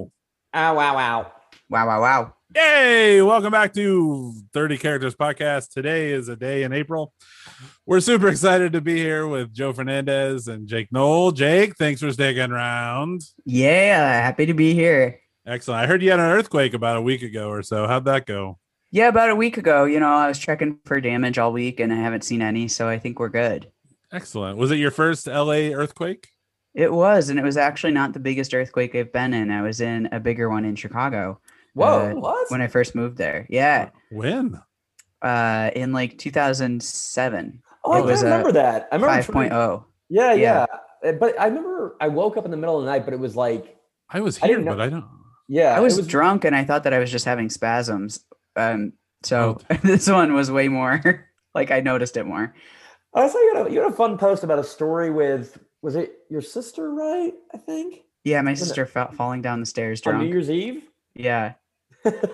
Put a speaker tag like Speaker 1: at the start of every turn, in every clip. Speaker 1: Ow, wow, wow.
Speaker 2: Wow, wow, wow.
Speaker 3: Hey, welcome back to 30 Characters Podcast. Today is a day in April. We're super excited to be here with Joe Fernandez and Jake Knoll. Jake, thanks for sticking around.
Speaker 2: Yeah, happy to be here.
Speaker 3: Excellent. I heard you had an earthquake about a week ago or so. How'd that go?
Speaker 2: Yeah, about a week ago, you know, I was checking for damage all week and I haven't seen any, so I think we're good.
Speaker 3: Excellent. Was it your first LA earthquake?
Speaker 2: It was, and it was actually not the biggest earthquake I've been in. I was in a bigger one in Chicago
Speaker 1: Whoa,
Speaker 2: Uh,
Speaker 1: what?
Speaker 2: when I first moved there. Yeah,
Speaker 3: When?
Speaker 2: uh, in like 2007,
Speaker 1: oh, I
Speaker 2: it was uh,
Speaker 1: do
Speaker 2: a
Speaker 1: remember that. I remember trying-
Speaker 2: 5.0.
Speaker 1: Yeah, yeah,
Speaker 2: oh. Yeah.
Speaker 1: Uh, But I remember I woke up in the middle of the night, but it was like,
Speaker 3: I was
Speaker 1: I
Speaker 3: here,
Speaker 1: didn't know-
Speaker 3: but I don't.
Speaker 1: yeah,
Speaker 2: I was,
Speaker 1: it was
Speaker 2: drunk and I thought that I was just having spasms. Um, so
Speaker 1: Oh.
Speaker 2: this one was way more like I noticed it more.
Speaker 1: I saw you had, a, you had a fun post about a story with was it your sister, right? I think
Speaker 2: Yeah, my
Speaker 1: it-
Speaker 2: sister fell falling down the stairs
Speaker 1: on New
Speaker 2: drunk.
Speaker 1: Year's Eve.
Speaker 2: Yeah,
Speaker 1: That's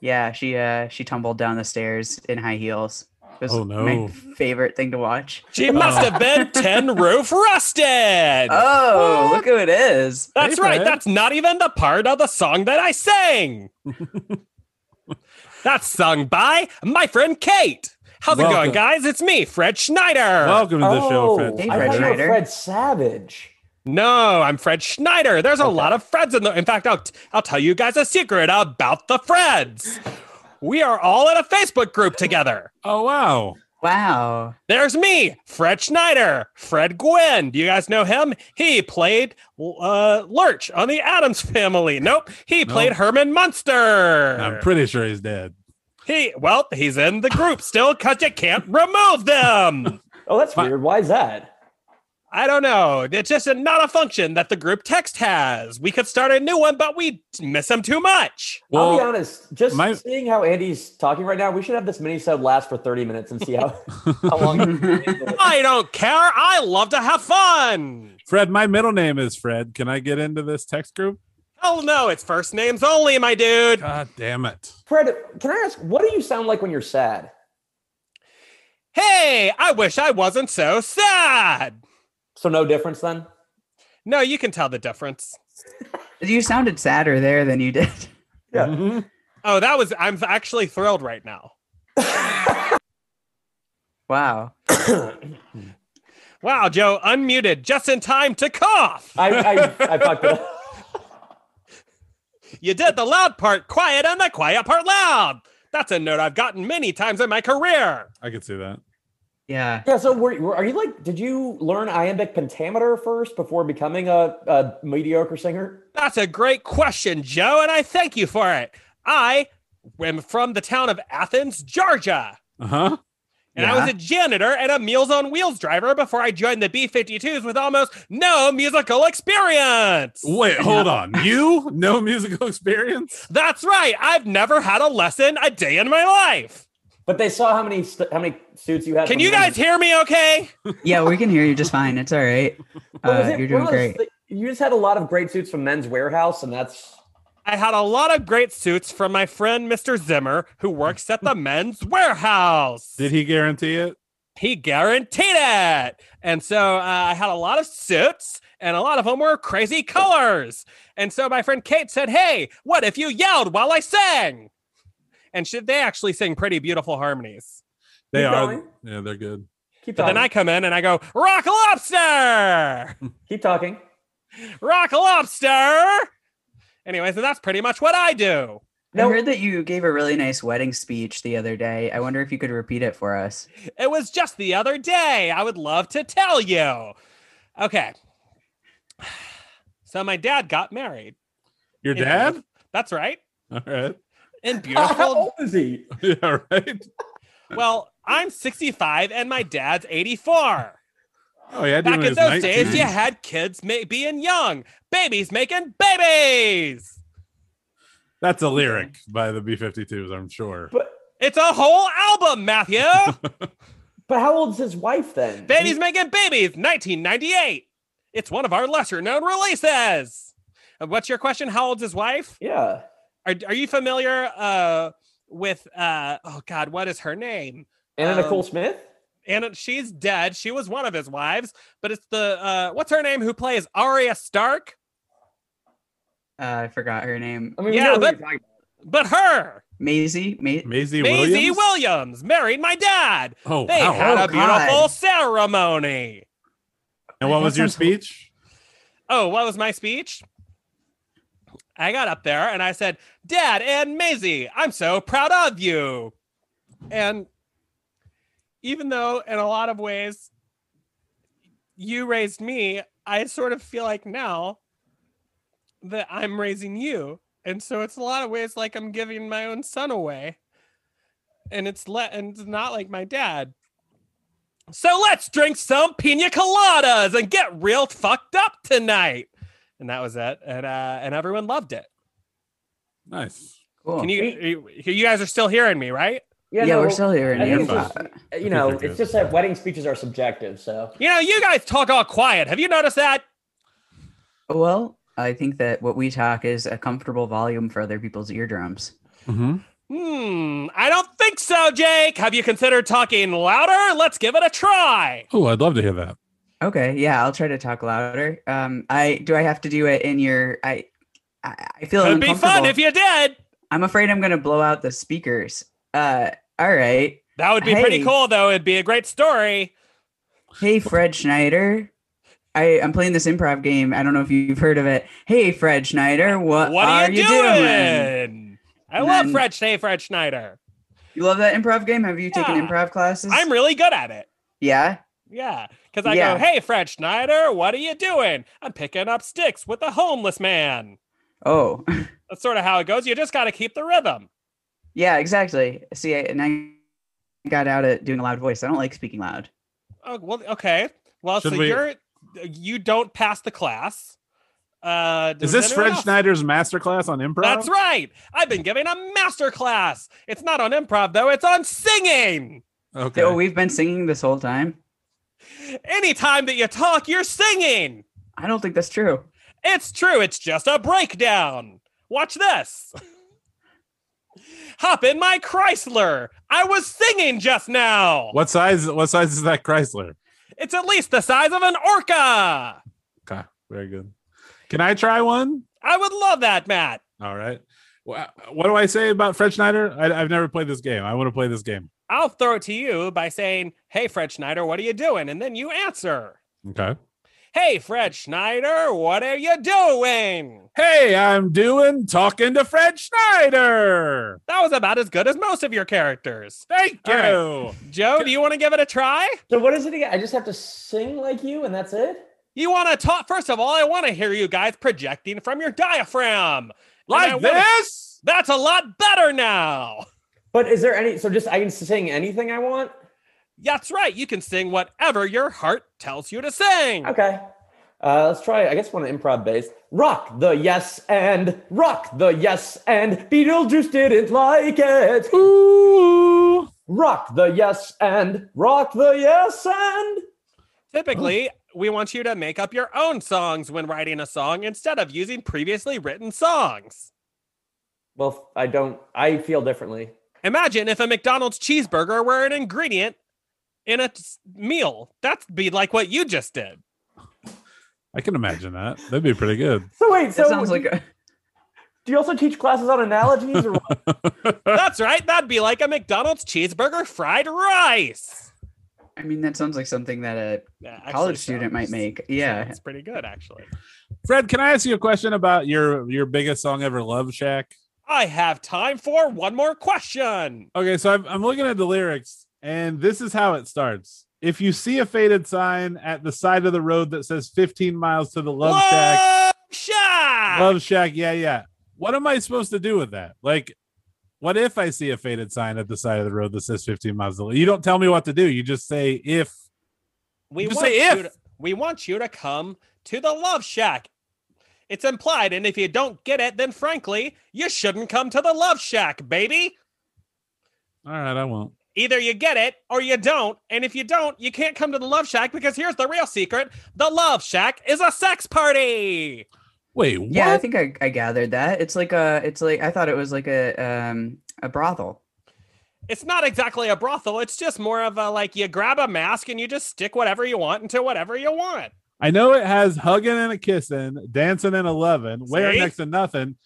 Speaker 2: yeah, she uh she tumbled down the stairs in high heels. It was
Speaker 3: Oh, no.
Speaker 2: my favorite thing to watch.
Speaker 4: She must have been
Speaker 3: Uh.
Speaker 4: 10 roof rusted.
Speaker 2: Oh,
Speaker 4: What?
Speaker 2: look who it is.
Speaker 4: that's
Speaker 3: hey,
Speaker 4: right.
Speaker 3: Fred.
Speaker 4: That's not even the part of the song that I sang. that's sung by my friend Kate. How's it
Speaker 3: Welcome.
Speaker 4: going, guys? It's me, Fred Schneider.
Speaker 3: Welcome to the show, Fred.
Speaker 2: Hey,
Speaker 1: Oh, I
Speaker 2: Fred
Speaker 1: thought you were
Speaker 2: Schneider.
Speaker 1: Fred Savage.
Speaker 4: No, I'm Fred Schneider. There's a
Speaker 1: Okay.
Speaker 4: lot of Freds in the. In fact, I'll, t- I'll tell you guys a secret about the Freds. We are all in a Facebook group together.
Speaker 3: Oh, wow.
Speaker 2: Wow.
Speaker 4: There's me, Fred Schneider, Fred Gwynn. Do you guys know him? He played uh, Lurch on the Adams Family. Nope, he
Speaker 3: No.
Speaker 4: played Herman
Speaker 3: I'm
Speaker 4: Munster.
Speaker 3: pretty sure he's dead.
Speaker 4: he well, he's in the group still because you can't remove them.
Speaker 1: Oh, that's
Speaker 3: Fi-
Speaker 1: weird. Why is that?
Speaker 4: I don't know. It's just a, not a function that the group text has. We could start a new one, but we miss him too much.
Speaker 1: I'll be
Speaker 3: Well,
Speaker 1: honest. Just
Speaker 3: my-
Speaker 1: seeing how Andy's talking right now, we should have this mini sub last for thirty minutes and see how how long.
Speaker 4: I don't care. I love to have fun.
Speaker 3: Fred, my middle name is Fred. Can I get into this text group?
Speaker 4: Hell Oh, no, it's first names only, my dude.
Speaker 3: God damn it.
Speaker 1: Fred, can I ask what do you sound like when you're sad?
Speaker 4: Hey, I wish I wasn't so sad.
Speaker 1: So no difference then.
Speaker 4: No, you can tell the difference.
Speaker 2: you sounded sadder there than you did.
Speaker 1: Yeah.
Speaker 3: Mhm.
Speaker 4: Oh, that was I'm actually thrilled right now.
Speaker 2: Wow.
Speaker 4: Wow, Joe, unmuted just in time to cough.
Speaker 1: I I, I fucked it up.
Speaker 4: You did the loud part quiet and the quiet part loud. That's a note I've gotten many times in my career.
Speaker 3: I could see that.
Speaker 2: Yeah.
Speaker 1: Yeah. So were, were, are you like? Did you learn iambic pentameter first before becoming a, a mediocre singer?
Speaker 4: That's a great question, Joe, and I thank you for it. I am from the town of Athens, Georgia.
Speaker 3: Uh huh.
Speaker 4: And I was
Speaker 2: Yeah.
Speaker 4: a janitor and a Meals on Wheels driver before I joined the B 52s with almost no musical experience.
Speaker 3: Wait, hold on. You? No musical experience?
Speaker 4: That's right. I've never had a lesson a day in my life.
Speaker 1: But they saw how many st- how many suits you had.
Speaker 4: Can
Speaker 1: from
Speaker 4: you
Speaker 1: them.
Speaker 4: guys hear me okay?
Speaker 2: Yeah, we can hear you just fine. It's all right.
Speaker 1: But was
Speaker 2: Uh, you're
Speaker 1: it one
Speaker 2: doing
Speaker 1: of those
Speaker 2: great.
Speaker 1: thi- you just had a lot of great suits from Men's Warehouse, and that's
Speaker 4: I had a lot of great suits from my friend Mr. Zimmer, who works at the men's warehouse.
Speaker 3: Did he guarantee it?
Speaker 4: He guaranteed it. And so uh, I had a lot of suits, and a lot of them were crazy colors. And so my friend Kate said, Hey, what if you yelled while I sang? And she, they actually sing pretty beautiful harmonies.
Speaker 3: They
Speaker 1: Keep
Speaker 3: are.
Speaker 1: going.
Speaker 3: Yeah, they're good.
Speaker 1: keep
Speaker 4: But
Speaker 1: talking.
Speaker 4: then I come in and I go, Rock Lobster!
Speaker 1: keep talking.
Speaker 4: Rock Lobster! Anyway, so that's pretty much what I do.
Speaker 1: No.
Speaker 2: I heard that you gave a really nice wedding speech the other day. I wonder if you could repeat it for us.
Speaker 4: It was just the other day. I would love to tell you. Okay. So my dad got married.
Speaker 3: Your
Speaker 4: In
Speaker 3: dad?
Speaker 4: That's right.
Speaker 3: All right.
Speaker 4: And
Speaker 1: How
Speaker 4: beautiful.
Speaker 1: old is he?
Speaker 3: Yeah, right.
Speaker 4: well, I'm 65 and my dad's 84.
Speaker 3: Oh, yeah.
Speaker 4: Back in those days, you had kids ma- being young, babies making babies.
Speaker 3: That's a lyric by the B 52s, I'm sure.
Speaker 1: But
Speaker 4: It's a whole album, Matthew.
Speaker 1: but how old is his wife then?
Speaker 4: Babies Making Babies, 1998. It's one of our lesser known releases. And What's your question? How old's his wife?
Speaker 1: Yeah.
Speaker 4: Are, are you familiar uh, with, uh, oh God, what is her name?
Speaker 1: Anna
Speaker 4: Um,
Speaker 1: Nicole Smith.
Speaker 4: And she's dead. She was one of his wives, but it's the, uh, what's her name who plays Arya Stark?
Speaker 2: Uh, I forgot her name.
Speaker 1: I mean,
Speaker 4: Yeah,
Speaker 1: we know who
Speaker 4: but-
Speaker 1: you're talking about.
Speaker 4: But her,
Speaker 2: Maisie. Ma-
Speaker 3: Maisie,
Speaker 4: Maisie
Speaker 3: Williams.
Speaker 4: Williams, married my dad.
Speaker 3: oh,
Speaker 4: They
Speaker 3: wow.
Speaker 4: had
Speaker 2: Oh,
Speaker 4: a beautiful
Speaker 2: God.
Speaker 4: ceremony.
Speaker 3: and what
Speaker 2: That
Speaker 3: was your
Speaker 2: sounds hor-
Speaker 3: speech?
Speaker 4: Oh, what was my speech? I got up there and I said, Dad and Maisie, I'm so proud of you. And even though, in a lot of ways, you raised me, I sort of feel like now that I'm raising you. And so it's a lot of ways like I'm giving my own son away. And it's let and it's not like my dad. So let's drink some pina coladas and get real fucked up tonight. And that was it. And uh, and everyone loved it.
Speaker 3: Nice.
Speaker 2: Cool.
Speaker 4: Can you, you you guys are still hearing me, right?
Speaker 2: yeah,
Speaker 1: Yeah, no,
Speaker 2: we're still here.
Speaker 1: I think
Speaker 2: And
Speaker 1: it's
Speaker 3: You're
Speaker 1: just, you know,
Speaker 3: You're good.
Speaker 1: it's just that wedding speeches are subjective. So
Speaker 4: You know, you guys talk all quiet. Have you noticed that?
Speaker 2: well, I think that what we talk is a comfortable volume for other people's eardrums.
Speaker 3: Mm-hmm.
Speaker 4: Hmm, I don't think so, Jake. Have you considered talking louder? Let's give it a try.
Speaker 3: Oh, I'd love to hear that.
Speaker 2: Okay, yeah, I'll try to talk louder. Um, I do I have to do it in your I I, I feel
Speaker 4: It'd be fun
Speaker 2: uncomfortable.
Speaker 4: if you did.
Speaker 2: I'm afraid I'm gonna blow out the speakers. Uh, all right.
Speaker 4: That would be pretty
Speaker 2: Hey.
Speaker 4: cool, though. It'd be a great story.
Speaker 2: Hey, Fred Schneider. I I'm playing this improv game. I don't know if you've heard of it. Hey, Fred Schneider, what,
Speaker 4: What
Speaker 2: are,
Speaker 4: are, you doing? I
Speaker 2: And
Speaker 4: love
Speaker 2: then-
Speaker 4: Fred Schnee, Fred Schneider.
Speaker 2: You love that improv game? Have you taken
Speaker 4: Yeah.
Speaker 2: improv classes?
Speaker 4: I'm really good at it.
Speaker 2: yeah.
Speaker 4: Yeah, because I
Speaker 2: Yeah.
Speaker 4: go, hey, Fred Schneider, what are you doing? I'm picking up sticks with a homeless man.
Speaker 2: Oh,
Speaker 4: That's sort of how it goes. You just got to keep the rhythm.
Speaker 2: yeah, exactly. See, I, and I got out at doing a loud voice. I don't like speaking loud.
Speaker 4: Oh, well, okay. Well,
Speaker 3: Should
Speaker 4: so
Speaker 3: we-
Speaker 4: you're you don't pass the class. Uh,
Speaker 3: Is
Speaker 4: does
Speaker 3: this
Speaker 4: anyone
Speaker 3: Fred
Speaker 4: else?
Speaker 3: Schneider's masterclass on improv?
Speaker 4: That's right. I've been giving a master class. It's not on improv though. It's on singing.
Speaker 3: Okay.
Speaker 2: Oh, we've been singing this whole time.
Speaker 4: Anytime that you talk, you're singing.
Speaker 2: I don't think that's true.
Speaker 4: It's true. It's just a breakdown. Watch this. Hop in my Chrysler. I was singing just now.
Speaker 3: What size? What size is that Chrysler?
Speaker 4: It's at least the size of an orca.
Speaker 3: Okay, very good. Can I try one?
Speaker 4: I would love that, Matt.
Speaker 3: All right. Wha- What do I say about Fred Schneider? I, I've never played this game. I want to play this game.
Speaker 4: I'll throw it to you by saying, Hey, Fred Schneider, what are you doing? And then you answer,
Speaker 3: Okay.
Speaker 4: Hey, Fred Schneider, what are you doing?
Speaker 3: Hey, I'm doing talking to Fred Schneider.
Speaker 4: That was about as good as most of your characters.
Speaker 3: Thank you.
Speaker 4: All Joe, do you want to give it a try?
Speaker 1: so what is it again? I just have to sing like you, and that's it.
Speaker 4: You want to talk? First of all, I want to hear you guys projecting from your diaphragm. And I
Speaker 3: Like
Speaker 4: wanna-
Speaker 3: this?
Speaker 4: That's a lot better now.
Speaker 1: But is there any? So just I can sing anything I want.
Speaker 4: That's right. You can sing whatever your heart tells you to sing.
Speaker 1: Okay. Uh, let's try. I guess one improv based. Rock the yes and rock the yes and Beetlejuice didn't like it.
Speaker 3: Ooh.
Speaker 1: Rock the yes and rock the yes and.
Speaker 4: Typically, we want you to make up your own songs when writing a song instead of using previously written songs.
Speaker 1: Well, I don't. I feel differently.
Speaker 4: Imagine if a McDonald's cheeseburger were an ingredient in a s- meal. That'd be like what you just did.
Speaker 3: I can imagine that. That'd be pretty good.
Speaker 1: So wait.
Speaker 2: That
Speaker 1: so
Speaker 2: sounds like a,
Speaker 1: do you also teach classes on analogies or what?
Speaker 4: That's right. That'd be like a McDonald's cheeseburger fried rice.
Speaker 2: I mean, that sounds like something that a
Speaker 4: Yeah, actually
Speaker 2: college student might
Speaker 4: sounds-
Speaker 2: make. Yeah.
Speaker 4: sounds pretty good actually.
Speaker 3: Fred, can I ask you a question about your your biggest song ever, Love Shack?
Speaker 4: I have time for one more question.
Speaker 3: Okay, so I'm, I'm looking at the lyrics, and this is how it starts. If you see a faded sign at the side of the road that says 15 miles to the Love Shack,
Speaker 4: Love Shack.
Speaker 3: Love Shack, yeah, yeah. What am I supposed to do with that? Like, what if I see a faded sign at the side of the road that says 15 miles? To the, you don't tell me what to do. You just say if.
Speaker 4: We
Speaker 3: Just
Speaker 4: want
Speaker 3: say
Speaker 4: you
Speaker 3: if.
Speaker 4: to, we want you to come to the Love Shack. It's implied, and if you don't get it, then frankly, you shouldn't come to the Love Shack, baby.
Speaker 3: All right, I won't.
Speaker 4: Either you get it or you don't. And if you don't, you can't come to the Love Shack because here's the real secret the Love Shack is a sex party.
Speaker 3: Wait, what?
Speaker 2: Yeah, I think I, I gathered that. It's like a, it's like I thought it was like a, um, a brothel.
Speaker 4: It's not exactly a brothel, it's just more of a like you grab a mask and you just stick whatever you want into whatever you want.
Speaker 3: I know it has hugging and a kissing, dancing and eleven, where
Speaker 4: See?
Speaker 3: next to nothing,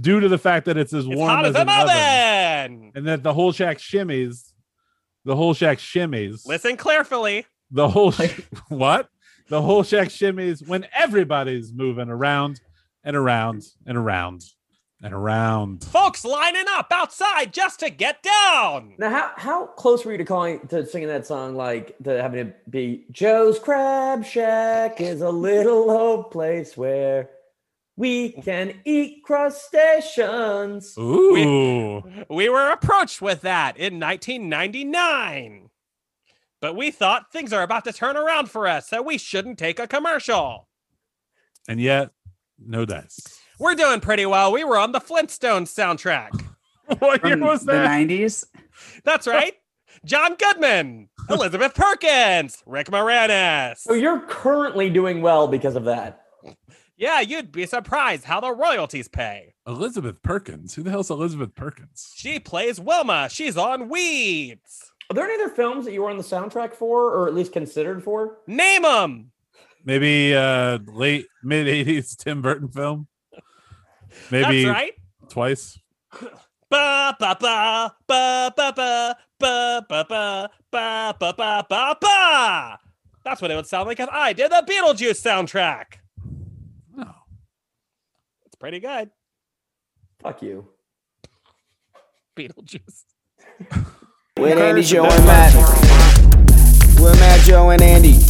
Speaker 3: due to the fact that it's as
Speaker 4: It's
Speaker 3: warm
Speaker 4: hot as
Speaker 3: an
Speaker 4: an
Speaker 3: oven,
Speaker 4: oven.
Speaker 3: and that the whole shack shimmies. The whole shack shimmies.
Speaker 4: Listen carefully.
Speaker 3: The whole sh- what? The whole shack shimmies when everybody's moving around and around and around and around.
Speaker 4: Folks lining up outside just to get down.
Speaker 1: Now, how how close were you to calling to singing that song? Like to having it be Joe's Crab Shack is a little old place where we can eat crustaceans.
Speaker 3: Ooh.
Speaker 4: We were approached with that in 1999. But we thought things are about to turn around for us, so we shouldn't take a commercial.
Speaker 3: And yet, no dice.
Speaker 4: We're doing pretty well. We were on the Flintstones soundtrack.
Speaker 3: what year
Speaker 2: From the
Speaker 3: was that?
Speaker 2: 90s.
Speaker 4: That's right. John Goodman, Elizabeth Perkins, Rick Moranis.
Speaker 1: So you're currently doing well because of that.
Speaker 4: Yeah, you'd be surprised how the royalties pay.
Speaker 3: Elizabeth Perkins. Who the hell's Elizabeth Perkins?
Speaker 4: She plays Wilma. She's on Weeds.
Speaker 1: Are there any other films that you were on the soundtrack for, or at least considered for?
Speaker 4: Name them.
Speaker 3: Maybe uh late mid 80s Tim Burton film. Maybe
Speaker 4: That's right.
Speaker 3: twice.
Speaker 4: Ba ba ba ba ba ba ba ba ba ba ba ba ba ba. That's what it would sound like if I did the Beetlejuice soundtrack.
Speaker 3: Oh.
Speaker 4: It's pretty good.
Speaker 1: Fuck you.
Speaker 4: Beetlejuice.
Speaker 5: With Andy, Joe, and Matt. With Matt, Joe, and Andy.